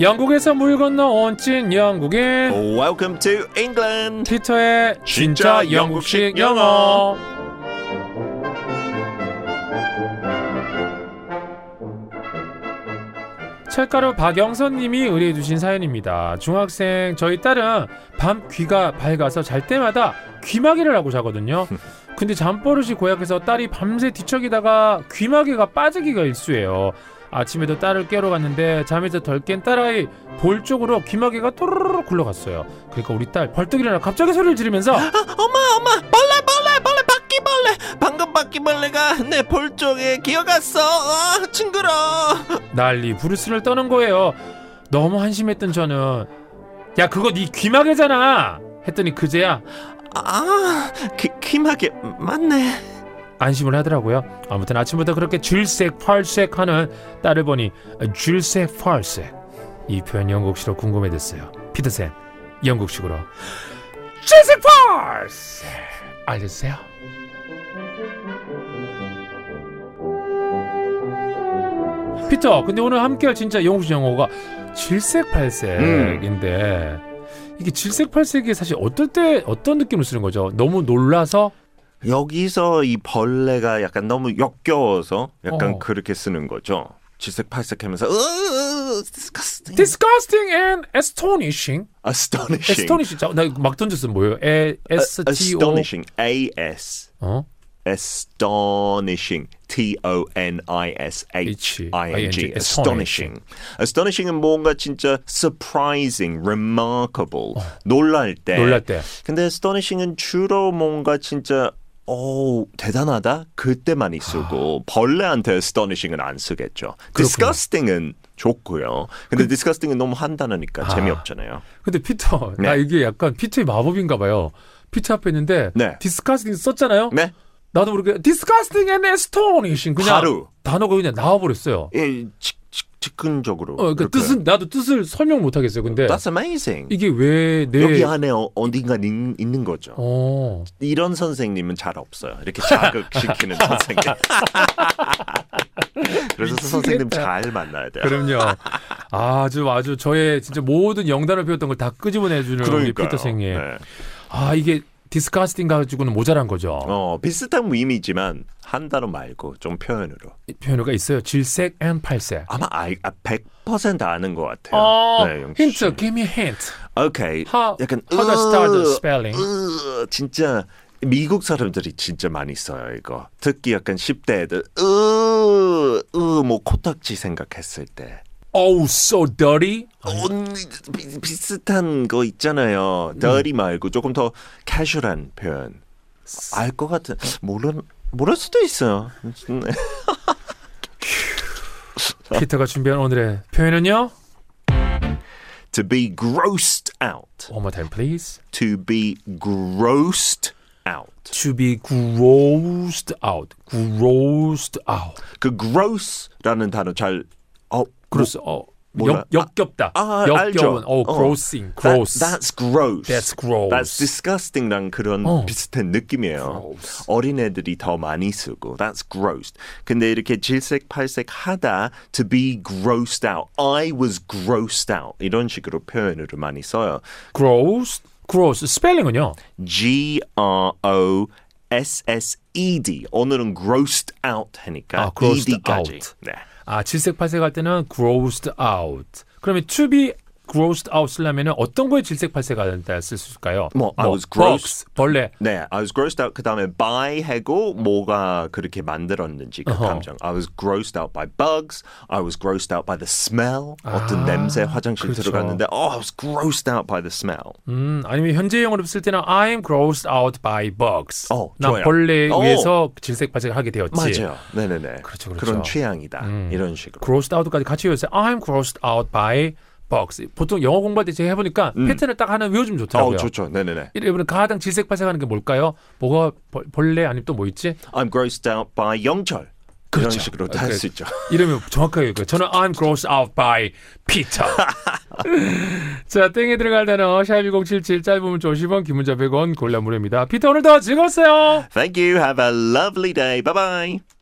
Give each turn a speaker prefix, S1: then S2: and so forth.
S1: 영국에서 물 건너 온 찐 영국인
S2: Welcome to England.
S1: 피터의 진짜 영국식 영어 철가루 박영선 님이 의뢰해 주신 사연입니다. 중학생 저희 딸은 밤 귀가 밝아서 잘 때마다 귀마개를 하고 자거든요. 근데 잠버릇이 고약해서 딸이 밤새 뒤척이다가 귀마개가 빠지기가 일쑤예요. 아침에도 딸을 깨러 갔는데 잠에서 덜 깬 딸아이 볼 쪽으로 귀마개가 또르르 굴러갔어요. 그러니까 우리 딸 벌떡 일어나 갑자기 소리를 지르면서
S2: 엄마, 엄마, 벌레, 벌레, 벌레, 바퀴벌레. 방금 바퀴벌레가 내 볼 쪽에 기어갔어. 아, 징그러.
S1: 난리 부르스를 떠는 거예요. 너무 한심했던 저는 야 그거 네 귀마개잖아 했더니 그제야
S2: 아, 기, 기막에 맞네.
S1: 안심을 하더라고요. 아무튼 아침부터 그렇게 질색 팔색 하는 딸을 보니 질색 팔색 이 표현 영국식으로 궁금해졌어요. 피터쌤 영국식으로 질색 팔색 알려주세요. 피터 근데 오늘 함께할 진짜 영국식 영어가 질색 팔색인데 이게 질색 팔색이 사실 어떨 때 어떤 느낌으로 쓰는 거죠? 너무 놀라서
S2: 여기서 이 벌레가 약간 너무 역겨워서 약간
S1: 어.
S2: 그렇게 쓰는 거죠. 질색팔색하면서 으, 으, disgusting,
S1: disgusting and astonishing.
S2: astonishing,
S1: astonishing. 자, 나막 던졌어 뭐예요? A S T O.
S2: 아, astonishing, a s
S1: 어?
S2: astonishing. T O N I S H I N
S1: H-I-N-G,
S2: G. astonishing. astonishing은 뭔가 진짜 surprising, remarkable. 놀랄 때.
S1: 어. 놀랄 때.
S2: 근데 astonishing은 주로 뭔가 진짜 오, 대단하다. 그때만이
S1: 아.
S2: 쓰고 벌레한테 astonishing은 안 쓰겠죠. disgusting은 좋고요. 근데
S1: 그
S2: disgusting은 너무 한단하니까 재미없잖아요.
S1: 근데 피터, 나
S2: 네.
S1: 이게 약간 피터의 마법인가 봐요. 피터 앞에 있는데
S2: 네.
S1: disgusting 썼잖아요.
S2: 네.
S1: 나도 모르게 disgusting and astonishing 그냥
S2: 바로.
S1: 단어가 그냥 나와버렸어요.
S2: 예, 직, 직, 즉흥적으로.
S1: 어, 그러니까
S2: 이렇게.
S1: 뜻은 나도 뜻을 설명 못하겠어요. 근데
S2: That's amazing.
S1: 이게 왜내
S2: 여기 안에 어, 어딘가 있- 있는 거죠.
S1: 어.
S2: 이런 선생님은 잘 없어요. 이렇게 자극시키는 선생님. 그래서 선생님 잘 만나야 돼요.
S1: 그럼요. 아주 아주 저의 진짜 모든 영단을 배웠던 걸 다 끄집어내주는 우리
S2: 그러니까요.
S1: 피터 생님.
S2: 네.
S1: 아 이게 디스카스팅 가지고는 모자란 거죠.
S2: 어, 비슷한 의미지만 한 단어 말고 좀 표현으로.
S1: 이 변호가 있어요. 질색 and 팔색.
S2: 아마 아, 아, 100% 아는 것 같아요. 네,
S1: 어,
S2: 영수 씨.
S1: 힌트, give me a hint.
S2: 오케이.
S1: How,
S2: 약간
S1: how does start the spelling?
S2: 으, 진짜 미국 사람들이 진짜 많이 써요 이거. 특히 약간 10대 애들 으으뭐 코딱지 생각했을 때.
S1: Oh, so dirty.
S2: 온 비, 비슷한 거 있잖아요. dirty 말고 조금 더 캐주얼한 표현. 알 것 같은 모르 모를 수도 있어요.
S1: 피터가 준비한 오늘의 표현은요.
S2: to be grossed out.
S1: One more time, please.
S2: To be grossed out.
S1: To be grossed out. Grossed out.
S2: 그 gross라는 단어 잘 어,
S1: 그래서 어,
S2: 몰라.
S1: 역, 역겹다.
S2: 뭐, 아,
S1: 역겨운.
S2: Ah, 알죠.
S1: 어,
S2: 어.
S1: grossing.
S2: That,
S1: Gross.
S2: that's gross.
S1: That's gross.
S2: That's disgusting랑 그런
S1: 어.
S2: 비슷한 느낌이에요.
S1: Gross.
S2: 어린애들이 더 많이 쓰고 that's gross. 근데 이렇게 질색팔색하다 to be grossed out. I was grossed out 이런 식으로 표현으로 많이 써요.
S1: gross. Gross. 스펠링은요.
S2: G R O S S E D. 오늘은 grossed out 하니까
S1: 아, grossed
S2: ED까지.
S1: out.
S2: 네.
S1: 아, 질색팔색 할 때는 grossed out. 그러면 to be grossed out 쓰려면 어떤 거에 질색팔색 할때 쓸 수 있을까요?
S2: 뭐, I was grossed-
S1: bugs, 벌레.
S2: 네, I was grossed out. 그 다음에 by 하고 뭐가 그렇게 만들었는지 그
S1: 어허.
S2: 감정. I was grossed out by bugs. I was grossed out by the smell. 어떤 냄새 화장실
S1: 아, 그렇죠.
S2: 들어갔는데, oh, I was grossed out by the smell.
S1: 음, 아니면 현재형으로 쓸 때는 I'm grossed out by bugs.
S2: 어,
S1: 나
S2: 좋아요.
S1: 벌레에
S2: 어.
S1: 의해서 질색팔색을 하게 되었지.
S2: 맞아요. 네네네.
S1: 그렇죠, 그렇죠.
S2: 런 취향이다. 이런 식으로.
S1: grossed out까지 같이 외웠어요. I'm grossed out by bugs. 보통 영어 공부할 때 제가 해보니까 패턴을 딱 하나 외워주면 좋더라고요.
S2: 음. 어, 좋죠. 네네네.
S1: 여러분 가장 질색팔색하는 게 뭘까요? 뭐가 벌- 벌레 아니면 또 뭐 있지?
S2: I'm grossed out by 영철. 이런
S1: 그렇죠.
S2: 식으로
S1: 아,
S2: 다 할
S1: 그래.
S2: 수 있죠.
S1: 이러면 정확하게 읽어요. 저는 I'm grossed out by Peter. 자, 땡에 들어갈 단어 샵1077 짧은 문자 50원, 긴 문자 100원 골라 무료입니다. 피터 오늘도 즐거웠어요.
S2: Thank you. Have a lovely day. Bye bye.